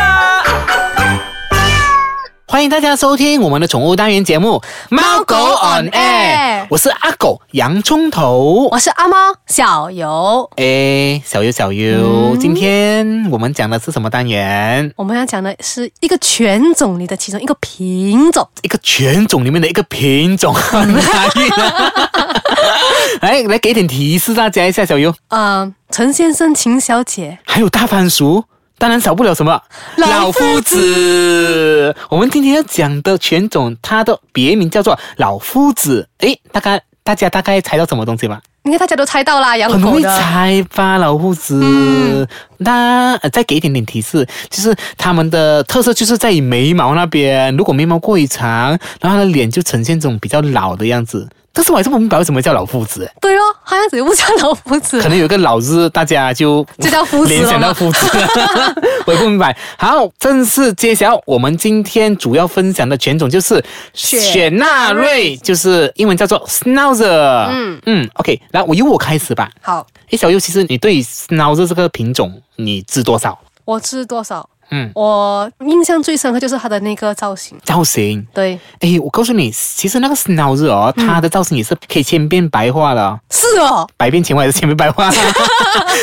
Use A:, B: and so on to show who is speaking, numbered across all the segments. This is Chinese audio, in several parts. A: 啊。
B: 欢迎大家收听我们的宠物单元节目《猫狗 on air》，我是阿狗洋葱头。
C: 我是阿猫小游，
B: 哎，小优小优，今天我们讲的是什么单元？
C: 我们要讲的是一个犬种里的其中一个品种。
B: 一个犬种里面的一个品种，很难运 啊！哎来来，给一点提示大家一下，小优，
C: 呃，陈先生、秦小姐，
B: 还有大番薯。当然少不了什么
C: 老夫
B: 子。我们今天要讲的犬种，它的别名叫做老夫子。哎，大概大家大概猜到什么东西吧？
C: 应该大家都猜到啦，养
B: 很容
C: 狗
B: 易
C: 的。
B: 猜吧，老夫子。嗯那、呃再给一点点提示，就是他们的特色就是在于眉毛那边，如果眉毛过于长，然后他的脸就呈现这种比较老的样子。但是我还是不明白为什么叫老夫子，
C: 对哦，好像只不叫老夫
B: 可
C: 子，
B: 能有一个老字，大家就
C: 就叫夫子
B: 联
C: 了
B: 想到
C: 吗。
B: 嗯夫子， 我也不明白。好，正式揭晓，我们今天主要分享的犬种就是
C: 雪
B: 雪纳瑞，就是英文叫做 Schnauzer。嗯嗯，OK，来，我由我开始吧。
C: 好，
B: 诶，小优，其实你对 Schnauzer 这个品种你知多少？
C: 我吃多少？
B: 嗯，
C: 我印象最深刻就是它的那个造型。
B: 造型，
C: 对，
B: 诶，我告诉你，其实那个 Schnauzer 哦，它的造型也是可以千变百化的哦。
C: 是哦，
B: 百变前外还是千变百化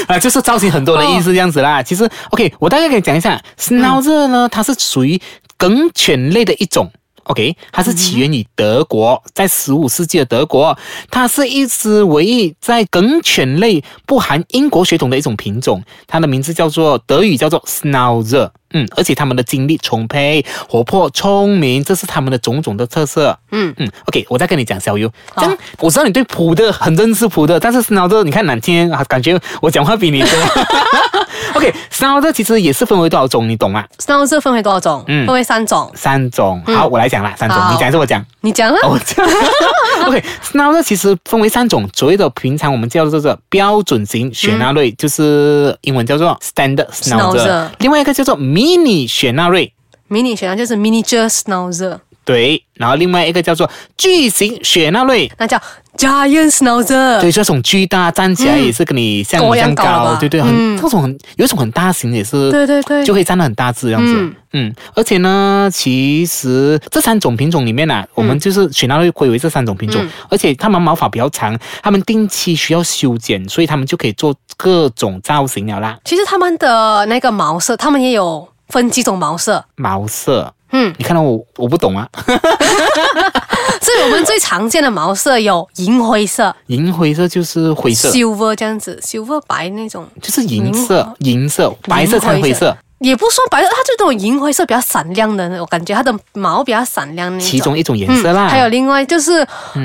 B: 啊，就是造型很多的意思这样子啦。其实，OK，我大概给你讲一下，Schnauzer 呢，它是属于梗犬类的一种。OK，它是起源于德国，在十五世纪的德国，它是一只唯一在梗犬类不含英国血统的一种品种。它的名字叫做德语叫做 Schnauzer，嗯，而且它们的精力充沛、活泼、聪明，这是它们的种种的特色。
C: 嗯
B: 嗯，OK，我再跟你讲小优，
C: 好
B: 这样我知道你对普的很认识普的，但是 Snauzer 你看哪天啊，感觉我讲话比你多。OK，Snauzer 其实也是分为多少种，你懂吗？
C: 那这分为多少种？
B: 嗯
C: 分为三种。
B: 三种。好，我来讲啦，三种，
C: 嗯好
B: 你讲还是我 讲？
C: 你讲啊
B: 哦，，我讲。OK，Snauzer 其实分为三种，所谓的平常我们叫做这标准型雪纳瑞，就是英文叫做 Standard Snauzer，
C: Schnauzer
B: 另外一个叫做 Mini 雪纳瑞。
C: 迷你雪狼就是 miniature schnauzer，
B: 对，然后另外一个叫做巨型雪纳瑞，
C: 那叫 giant schnauzer。
B: 对，这种巨大站起来也是跟你像
C: 狗
B: 模
C: 嗯一样
B: 像
C: 高了
B: 高，啊
C: 吧
B: 对对，很
C: 嗯
B: 这种很有一种很大型的也是，
C: 对对对
B: 就可以站得很大只这样子。嗯
C: 嗯
B: 而且呢，其实这三种品种里面呢、啊，
C: 嗯
B: 我们就是雪纳瑞归为这三种品种，而且它们毛发比较长，它们定期需要修剪，所以它们就可以做各种造型了啦。
C: 其实它们的那个毛色，它们也有分几种毛色。
B: 毛色，
C: 嗯，
B: 你看到我我不懂啊，
C: 所以我们最常见的毛色有银灰色、
B: 银灰色就是灰色，
C: silver 这样子，silver 白那种，
B: 就是银色，银色，白色掺灰色。
C: 也不算白色，它就那种银灰色比较闪亮的那种感觉，它的毛比较闪亮那种。
B: 其中一种颜色啦，
C: 嗯
B: 嗯
C: 还有另外就是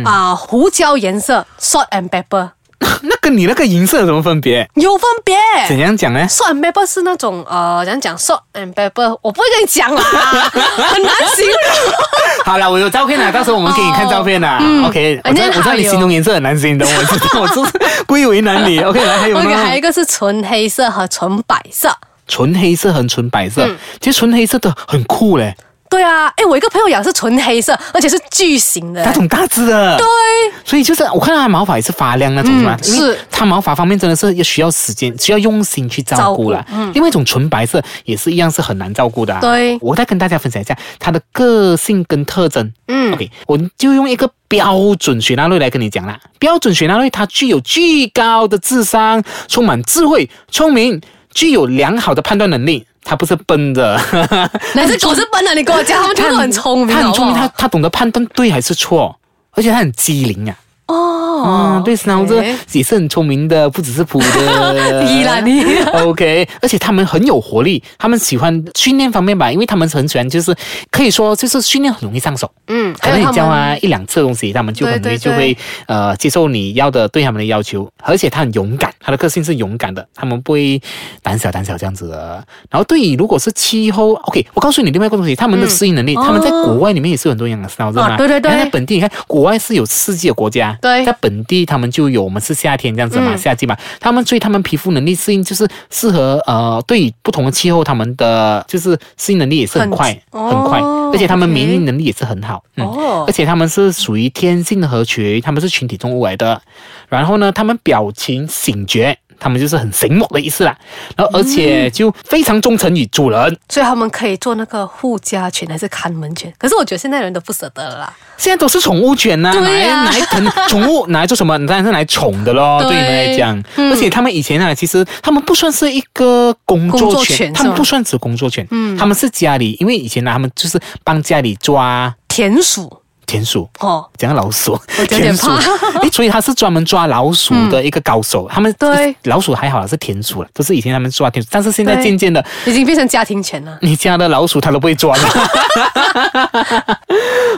C: 啊、胡椒颜色 （salt and pepper）
B: 那跟你那个银色有什么分别？
C: 有分别。
B: 怎样讲呢？
C: salt and pepper 是那种呃，怎样讲？salt and pepper，我不会跟你 讲啦，很难形容。
B: 好了，我有照片 了，到时候我们给你看照片啦。OK，我知道
C: 哎那
B: 我知道
C: 还
B: 你
C: 有
B: 形容颜色很难形容，我知道， 我就是故意为难你。OK，来还有
C: OK，还有一
B: 呢，
C: 个是纯黑色和纯白色。
B: 纯黑色和纯白
C: 嗯
B: 色，其实纯黑色的很酷嘞，
C: 对啊，哎，我一个朋友养是纯黑色，而且是巨型的
B: 那。种大只的。
C: 对，
B: 所以就是我看到它毛发也是发亮那种，是吧？
C: 嗯
B: 因为
C: 是
B: 它毛发方面真的是也需要时间，需要用心去照顾啦。另外一种纯白色也是一样是很难照顾的、啊。
C: 嗯对
B: 我再跟大家分享一下它的个性跟特征。嗯，OK，我就用一个标准雪纳瑞来跟你讲啦。标准雪纳瑞它具有巨高的智商，充满智慧、聪明，具有良好的判断能力。它不是笨的，
C: 哪只哎狗是笨啊的？你跟我讲，它们全部都很 聪明，
B: 它
C: 好
B: 很
C: 不
B: 聪
C: 好
B: 明，它它懂得判断对还是错，而且它很机灵啊。
C: 哦哎
B: 啊，，对，斯诺这也是很聪明的，不只是普的。
C: 你啦你
B: OK，而且他们很有活力，他们喜欢训练方面吧，因为他们很喜欢，就是可以说就是训练很容易上手。
C: 嗯，
B: 可
C: 还
B: 能
C: 有
B: 你
C: 它
B: 教
C: 们
B: 他一两次东西，他们就很容易
C: 对对
B: 就会呃接受你要的对他们的要求，而且他很勇敢，他的个性是勇敢的，他们不会胆小胆小这样子的。然后对于如果是气候，OK，我告诉你另外一个东西，他们的适应能力，他们在国外里面也是有很多养的 s n o
C: 嗯哦啊对对对
B: 在本地你看国外是有四季的国家，嘛，
C: 对
B: 在本地他们就有，我们是夏天这样子嘛，
C: 嗯
B: 夏季嘛，他们所以他们皮肤能力适应就是适合呃，对于不同的气候，他们的就是适应能力也是很
C: 很
B: 快，很,、
C: 哦
B: 快，而且他们
C: OK
B: 免疫能力也是很好，嗯，
C: 哦
B: 而且他们是属于天性的合群，他们是群体动物来的，然后呢，他们表情醒觉。他们就是很醒目的意思啦，然后而
C: 嗯
B: 且就非常忠诚于主人，
C: 所以他们可以做那个护家犬还是看门犬，可是我觉得现在人都不舍得了啦。
B: 现在都是宠物犬呐、
C: 对
B: 哪来
C: 呀
B: 哪来疼宠物拿来做什么？当然是拿来宠的咯，
C: 对
B: 对你们来讲。
C: 嗯
B: 而且他们以前啊，其实他们不算是一个工
C: 工
B: 作
C: 作
B: 犬，
C: 犬
B: 他们
C: 是吗嗯
B: 不算指工作犬，他们是家里，因为以前呢、他们就是帮家里抓
C: 田鼠
B: 田鼠。
C: 哦，
B: 讲老鼠，
C: 我有
B: 田
C: 点
B: 鼠
C: 怕，
B: 诶，所以他是专门抓老鼠的一个高手。他们
C: 对
B: 老鼠还好啦，是田鼠了，都是以前他们抓田鼠，但是现在
C: 对
B: 渐渐的，
C: 已经变成家庭犬了。
B: 你家的老鼠它都不会抓的。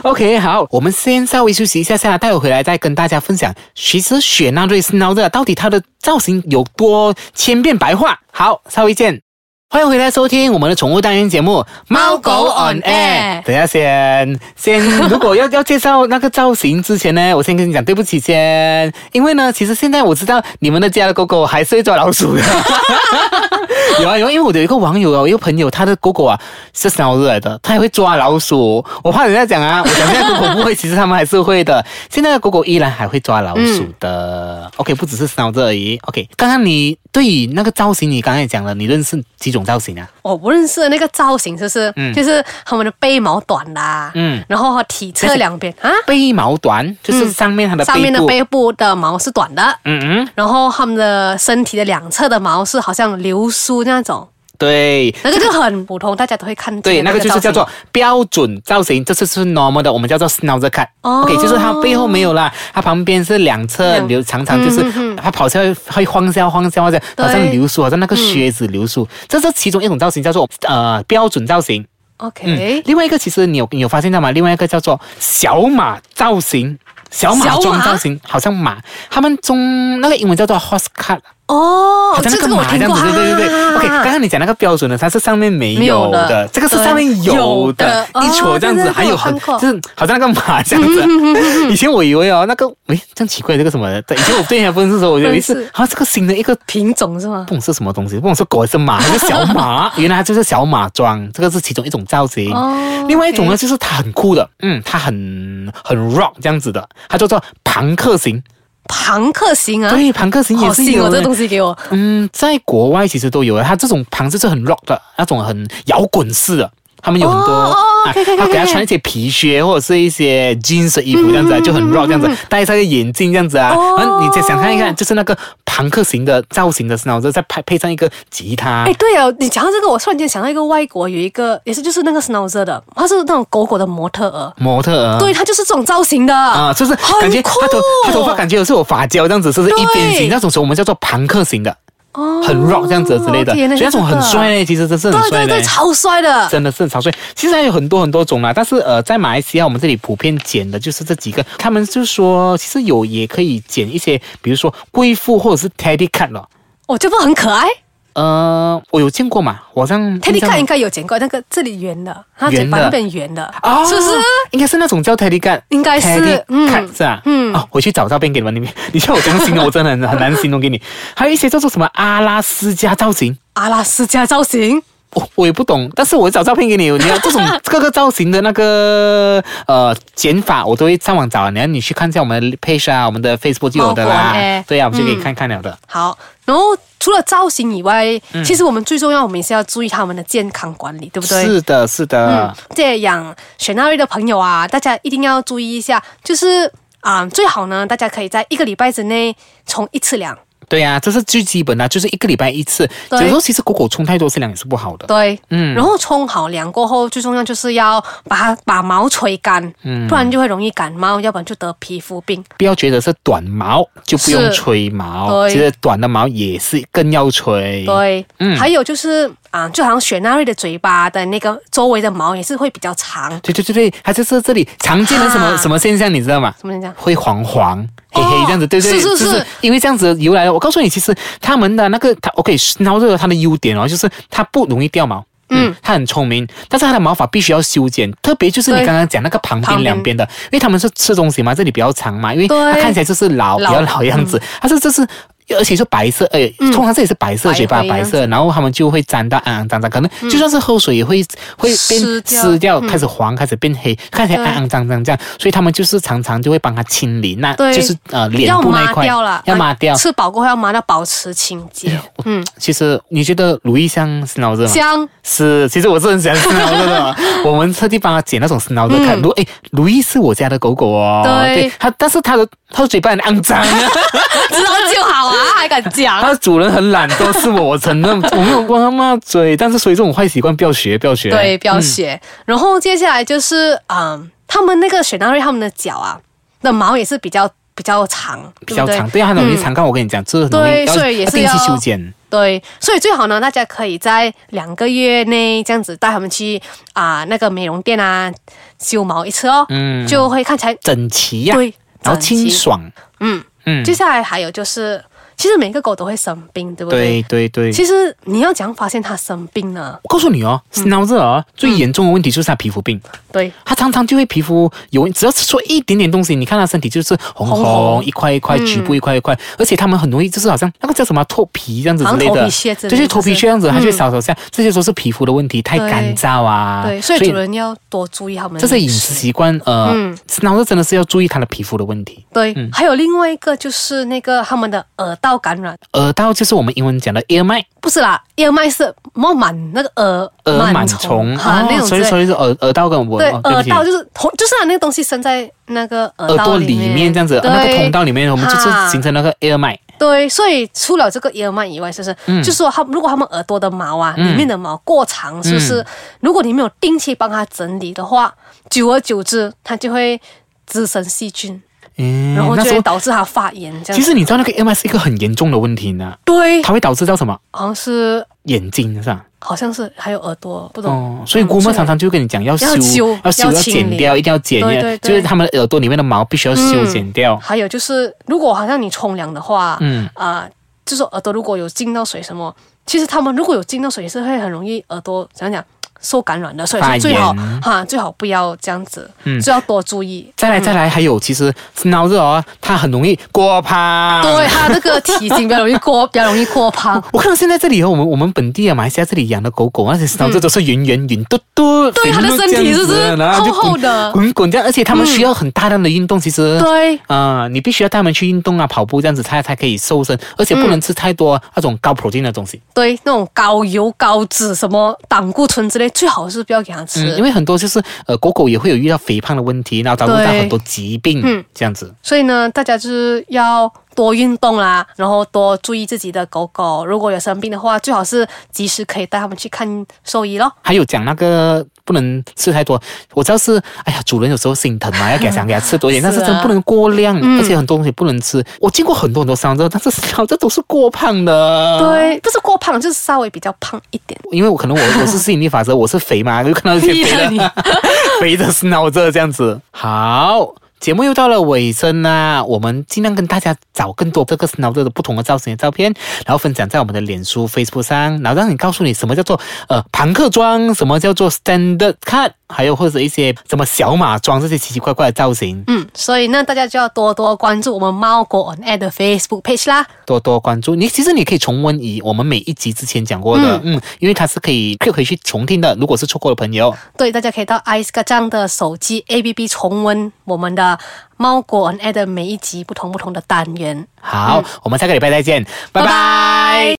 B: OK，好，我们先稍微休息一下下，待会回来再跟大家分享，其实雪纳瑞斯闹热到底它的造型有多千变百化。好，稍微见。欢迎回来收听我们的宠物单元节目《猫狗 on air》。等一下先，先如果要要介绍那个造型之前呢，我先跟你讲对不起先，因为呢，其实现在我知道你们的家的狗狗还是会抓老鼠的。 有啊有啊，因为我的有一个网友啊，我一个朋友，他的狗狗啊是烧热来的，他也会抓老鼠。我怕人家讲 啊，我讲现在狗狗不会，其实他们还是会的。现在的狗狗依然还会抓老鼠的。OK，不只
C: 嗯
B: 是烧热而已。OK，刚刚你对于那个造型，你刚才讲了，你认识几种造型啊？
C: 哦我不认识的那个造型，就是、
B: 嗯
C: 就是他们的背毛短啦，
B: 嗯
C: 然后体侧两边啊，
B: 背毛短就是上面它的背部，
C: 嗯上面的背部的毛是短的，
B: 嗯嗯，
C: 然后他们的身体的两侧的毛是好像流苏那种，
B: 对。
C: 那个就很普通，大家都会看见。
B: 对，那个就是叫做标准造型，这次是 normal 的，我们叫做 schnauzer cut。
C: 哦
B: OK，就是它背后没有啦，它旁边是两侧
C: 两
B: 流，常常就是它跑下来会晃下晃下晃下，
C: 对
B: 好像流苏，好像那个靴子流苏。这是其中一种造型，叫做呃标准造型。
C: OK，、
B: 另外一个其实你有你有发现到吗？另外一个叫做小马造型。小马
C: 小
B: 装
C: 马
B: 造型好像马，他们中那个英文叫做 horse cut，
C: 哦
B: 好，像那
C: 这这
B: 个
C: 个我
B: 马
C: 听
B: 这样
C: 过，
B: 子，对对对对。
C: 啊
B: OK，刚刚你讲那个标准的，它是上面没有
C: 没有
B: 的
C: 的，
B: 这个是上面有
C: 对
B: 的
C: 有的，
B: 一撮
C: 哦
B: 这样子，
C: 对对对
B: 还有
C: 我看
B: 很
C: 过嗯
B: 就是好像那个马这样子。以前我以为哦，那个诶，这样奇怪，这个什么的？对以前我对它不认识的时候，我以为
C: 不认
B: 是
C: 识
B: 啊，这个新的一个
C: 品种是吗？
B: 不懂是什么东西，不懂是狗还是马还是小 马，原来它就是小马装，这个是其中一种造型。
C: 哦
B: 另外一种呢，
C: OK
B: 就是它很酷的，嗯，它很很 rock 这样子的，它叫做朋克型。
C: 庞克型啊，
B: 对，朋克型也
C: 好
B: 是
C: 新
B: 有
C: 哦，
B: 的
C: 这东西给我。
B: 嗯，在国外其实都有啊，它这种旁就是很 rock 的那种很摇滚式的。他们有很多，
C: 哦哦
B: 啊
C: 可以可以可
B: 他
C: 以
B: 给他
C: 可以
B: 穿一些皮靴或者是一些 jeans 的衣服这样子
C: 嗯
B: 啊，就很 rock 这样子，戴上一个眼镜这样子啊，
C: 哦
B: 然后你再想看一看，就是那个朋克型的造型的时候，再配配上一个吉他
C: 哎，，对哦，你讲到这个，我突然间想到一个外国有一个，也是就是那个 Snowzer 的，他是那种狗狗的模特儿，
B: 模特儿，
C: 对，他就是这种造型的
B: 啊，
C: 啊
B: 就是感觉他头他头发感觉有是有发胶这样子，是不是一边形
C: 对
B: 那种时候我们叫做朋克型的，
C: 哦
B: 很 rock 这样子之类的，所
C: 天
B: 以
C: 哪
B: 那种很帅
C: 这
B: 嘞，其实真是
C: 个
B: 很
C: 对
B: 帅
C: 对
B: 嘞
C: 对，。超帅的，
B: 真的是很少所以其实还有很多很多种啦，但是呃，在马来西亚我们这里普遍剪的就是这几个。他们就说，其实有也可以剪一些，比如说贵妇或者是 Teddy cut 了。
C: 我觉得很可爱。
B: 呃，我有见过嘛，我好像
C: Teddy
B: 印象
C: cut 应该有剪过，那个这里圆的，它
B: 圆的
C: 嘴巴那边圆的，
B: 哦，
C: 是不是？
B: 应该是那种叫 Teddy cut，
C: 应该是
B: Teddy
C: 嗯
B: cut 是啊，
C: 嗯
B: 哦，回去找照片给你们，你们你叫我这样形容，我真的很很难形容给你。还有一些叫做什么阿拉斯加造型，
C: 阿拉斯加造型，
B: 我我也不懂，但是我找照片给你，你要这 种各个造型的那个呃剪法，我都会上网找，然后你去看一下我们的 page 啊，我们的 Facebook 就有的
C: 猫
B: 啦
C: 果哎，
B: 对呀、啊，我们就可以看看了的。
C: 好。然后除了造型以外，其实我们最重要，我们也是要注意他们的健康管理，对不对？
B: 是的，是的
C: 嗯，，这养雪纳瑞的朋友啊，大家一定要注意一下，就是啊、最好呢，大家可以在一个礼拜之内冲一次凉。
B: 对呀、这是最基本的、就是一个礼拜一次。有
C: 对
B: 时候其实狗狗冲太多次量也是不好的。
C: 对，
B: 嗯
C: 然后冲好凉过后，最重要就是要把它把毛吹干，
B: 嗯
C: 不然就会容易感冒，要不然就得皮肤病。
B: 不要觉得是短毛就不用
C: 是
B: 吹毛，
C: 对
B: 其实短的毛也是更要吹。
C: 对，
B: 嗯
C: 还有就是啊，就好像雪纳瑞的嘴巴的那个周围的毛也是会比较长，
B: 对对对对，它就是这里常见的什么
C: 啊
B: 什么现象，你知道吗？
C: 怎么讲？
B: 会黄黄黑
C: 啊哦
B: 黑这样子，对对，
C: 是是
B: 就是因为这样子由来了。我告诉你，其实他们的那个它 OK，然后这个它的优点哦，就是它不容易掉毛。嗯，它很聪明，但是它的毛发必须要修剪，特别就是你
C: 对
B: 刚刚讲那个旁
C: 旁
B: 边
C: 边
B: 两边的，因为它们是吃东西嘛，这里比较长嘛，因为它
C: 对
B: 看起来就是老
C: 老
B: 比较老样子，它是这是。而且是白色，哎、
C: 嗯
B: 通常这也是白色
C: 白
B: 嘴巴，
C: 灰啊嗯
B: 白色，然后它们就会沾到肮肮脏脏，可能就算是喝水也会、会变
C: 湿掉
B: 湿掉，开始黄，开始变黑，看起来
C: 嗯对
B: 肮肮脏脏这样，所以他们就是常常就会帮它清理，那
C: 对
B: 就是呃脸
C: 要
B: 部那一
C: 抹
B: 块
C: 掉了，哎
B: 要抹掉。
C: 吃饱过后要抹掉，保持清 洁。嗯，
B: 其实你觉得鲁易像是脑子吗？
C: 香，
B: 是，其实我是很喜欢斯诺的的，我们特地帮他剪那种斯诺的看。
C: 嗯
B: 如诶，如意是我家的狗狗哦，
C: 对
B: 它，但是它的它的嘴巴很肮脏，
C: 知道就好啊，还敢
B: 它
C: 讲？
B: 的主人很懒惰，是我，我承认，我没有帮它抹嘴，但是所以这种坏习惯不要学，不要学。
C: 对，不要学。
B: 嗯
C: 然后接下来就是，嗯，他们那个雪纳瑞他们的脚啊，的毛也是比较比较长，
B: 比较
C: 对
B: 长，
C: 不
B: 对
C: 对
B: 啊，它很容易
C: 嗯
B: 长干。我跟你讲，这很容易
C: 对
B: 要
C: 所以也是
B: 定期
C: 要
B: 修剪。
C: 对，所以最好呢，大家可以在两个月内这样子带他们去啊、那个美容店啊修毛一次哦，
B: 嗯
C: 就会看起来
B: 整齐呀、
C: 对，
B: 然后
C: 整齐
B: 清爽。
C: 嗯，
B: 嗯，
C: 接下来还有就是，其实每个狗都会生病，对不对？
B: 对对对。
C: 其实你要怎样发现它生病呢？
B: 我告诉你哦，
C: 嗯
B: 斯诺热哦，最严重的问题就是它皮肤病。
C: 对，
B: 他常常就会皮肤有，只要是说一点点东西，你看他身体就是红红
C: 红红嗯
B: 一块一块，局部一块一块，而且他们很容易就是好像那个叫什么脱皮这样子之类
C: 好像
B: 的，
C: 头皮屑之类的
B: 对，就是头皮屑这样子，
C: 是
B: 它就会少少下，这些都是皮肤的问题，太
C: 对
B: 干燥啊，
C: 嗯对，所以主人要多注意它们。
B: 这是饮食。习惯，呃，
C: 嗯
B: 然后真的是要注意他的皮肤的问题。
C: 对，还有另外一个就是那个它们的耳道感染，
B: 耳道就是我们英文讲的 ear 麦，
C: 不是啦，燕麦是猫螨那个耳
B: 耳螨虫哦
C: 啊、那种之
B: 所以
C: 类。
B: 所以是耳耳道跟我
C: 对，
B: 哦对不
C: 耳
B: 起
C: 道就是通，就是啊，那个东西伸在那个耳
B: 耳
C: 道
B: 朵
C: 呃里
B: 里面这样子，啊
C: 对、
B: 那个通道里面，我们就是
C: 哈
B: 形成那个 ear 麦。
C: 对，所以除了这个耳螨以外，就是、
B: 嗯
C: 就是说他如果他们耳朵的毛啊，里面的毛过长，是不是？如果你没有定期帮它整理的话，久而久之，它就会滋生细菌，
B: 嗯
C: 然后
B: 那
C: 就
B: 时
C: 会
B: 候
C: 导致它发炎。这样
B: 其实你知道那个 ear 麦是一个很严重的问题呢。
C: 对，
B: 它会导致到什么？
C: 好像是
B: 眼睛是吧？
C: 好像是还有耳朵，不懂。
B: 哦，所以
C: 嗯
B: 姑妈
C: 是
B: 常常就跟你讲要修
C: 要修
B: 要修
C: 要
B: 要
C: 清
B: 剪
C: 理
B: 掉，一定要剪
C: 对
B: 掉，
C: 对嗯
B: 就
C: 对
B: 是他们耳朵里面的毛必须要修剪掉。
C: 还有就是，如果好像你冲凉的话，
B: 嗯
C: 啊、就是耳朵如果有进到水什么，其实他们如果有进到水，也是会很容易耳朵怎样讲受感染的，所以
B: 发
C: 说
B: 炎
C: 最好哈最好不要这样子，
B: 嗯
C: 就要多注意。
B: 再来再
C: 嗯
B: 来，还有其实脑热哦，它很容易过胖。
C: 对，它那个体型比较容易过，比较容易过胖。
B: 我看到现在这里哦，我们我们本地啊，马来西亚这里养的狗狗，那些脑热都是圆圆圆嘟嘟，
C: 嗯对
B: 肥
C: 它的
B: 肉
C: 身
B: 这样
C: 体
B: 子啊
C: 就是
B: 然后就
C: 厚厚的
B: 滚滚滚这样，而且它们
C: 嗯
B: 需要很大量的运动，其实。
C: 对，
B: 啊、你必须要带它们去运动啊，跑步这样子，它才可以瘦身，而且不能吃太多那种高 protein 的东西。
C: 对，那种高油、高脂、什么胆固醇之类，最好是不要给它吃。
B: 嗯，因为很多就是呃，狗狗也会有遇到肥胖的问题，然后导致到
C: 对
B: 很多疾病，
C: 嗯
B: 这样子。
C: 所以呢，大家就是要多运动啦，然后多注意自己的狗狗。如果有生病的话，最好是及时可以带它们去看兽医咯。
B: 还有讲那个不能吃太多，我知道是，哎呀，主人有时候心疼嘛，要给它想给它吃多一点，但是
C: 是啊嗯
B: 真的不能过量，而且很多东西不能吃。我见过很多很多伤这，但是伤这都是过胖的。。
C: 对，不是过胖，就是稍微比较胖一点。
B: 因为我可能我我是吸引力法则，我是肥嘛，就看到一些 肥
C: 屁
B: 的
C: 啦
B: 肥的是脑子这样子。好，节目又到了尾声啦，我们尽量跟大家找更多这个脑子的不同的造型的照片，然后分享在我们的脸书、Facebook 上，然后让你告诉你什么叫做呃朋克装，什么叫做 standard cut，还有或者一些什么小马装这些奇奇怪怪的造型，
C: 嗯，所以呢，大家就要多多关注我们猫狗 on air 的 Facebook page 啦。
B: 多多关注你。其实你可以重温以我们每一集之前讲过的，嗯因为它是可以可以回去重听的，如果是错过的朋友。
C: 对，大家可以到 Ice 个样的手机 APP 重温我们的猫狗 on air 的每一集不同不同的单元。
B: 嗯好，我们下个礼拜再见，拜拜。
C: 拜拜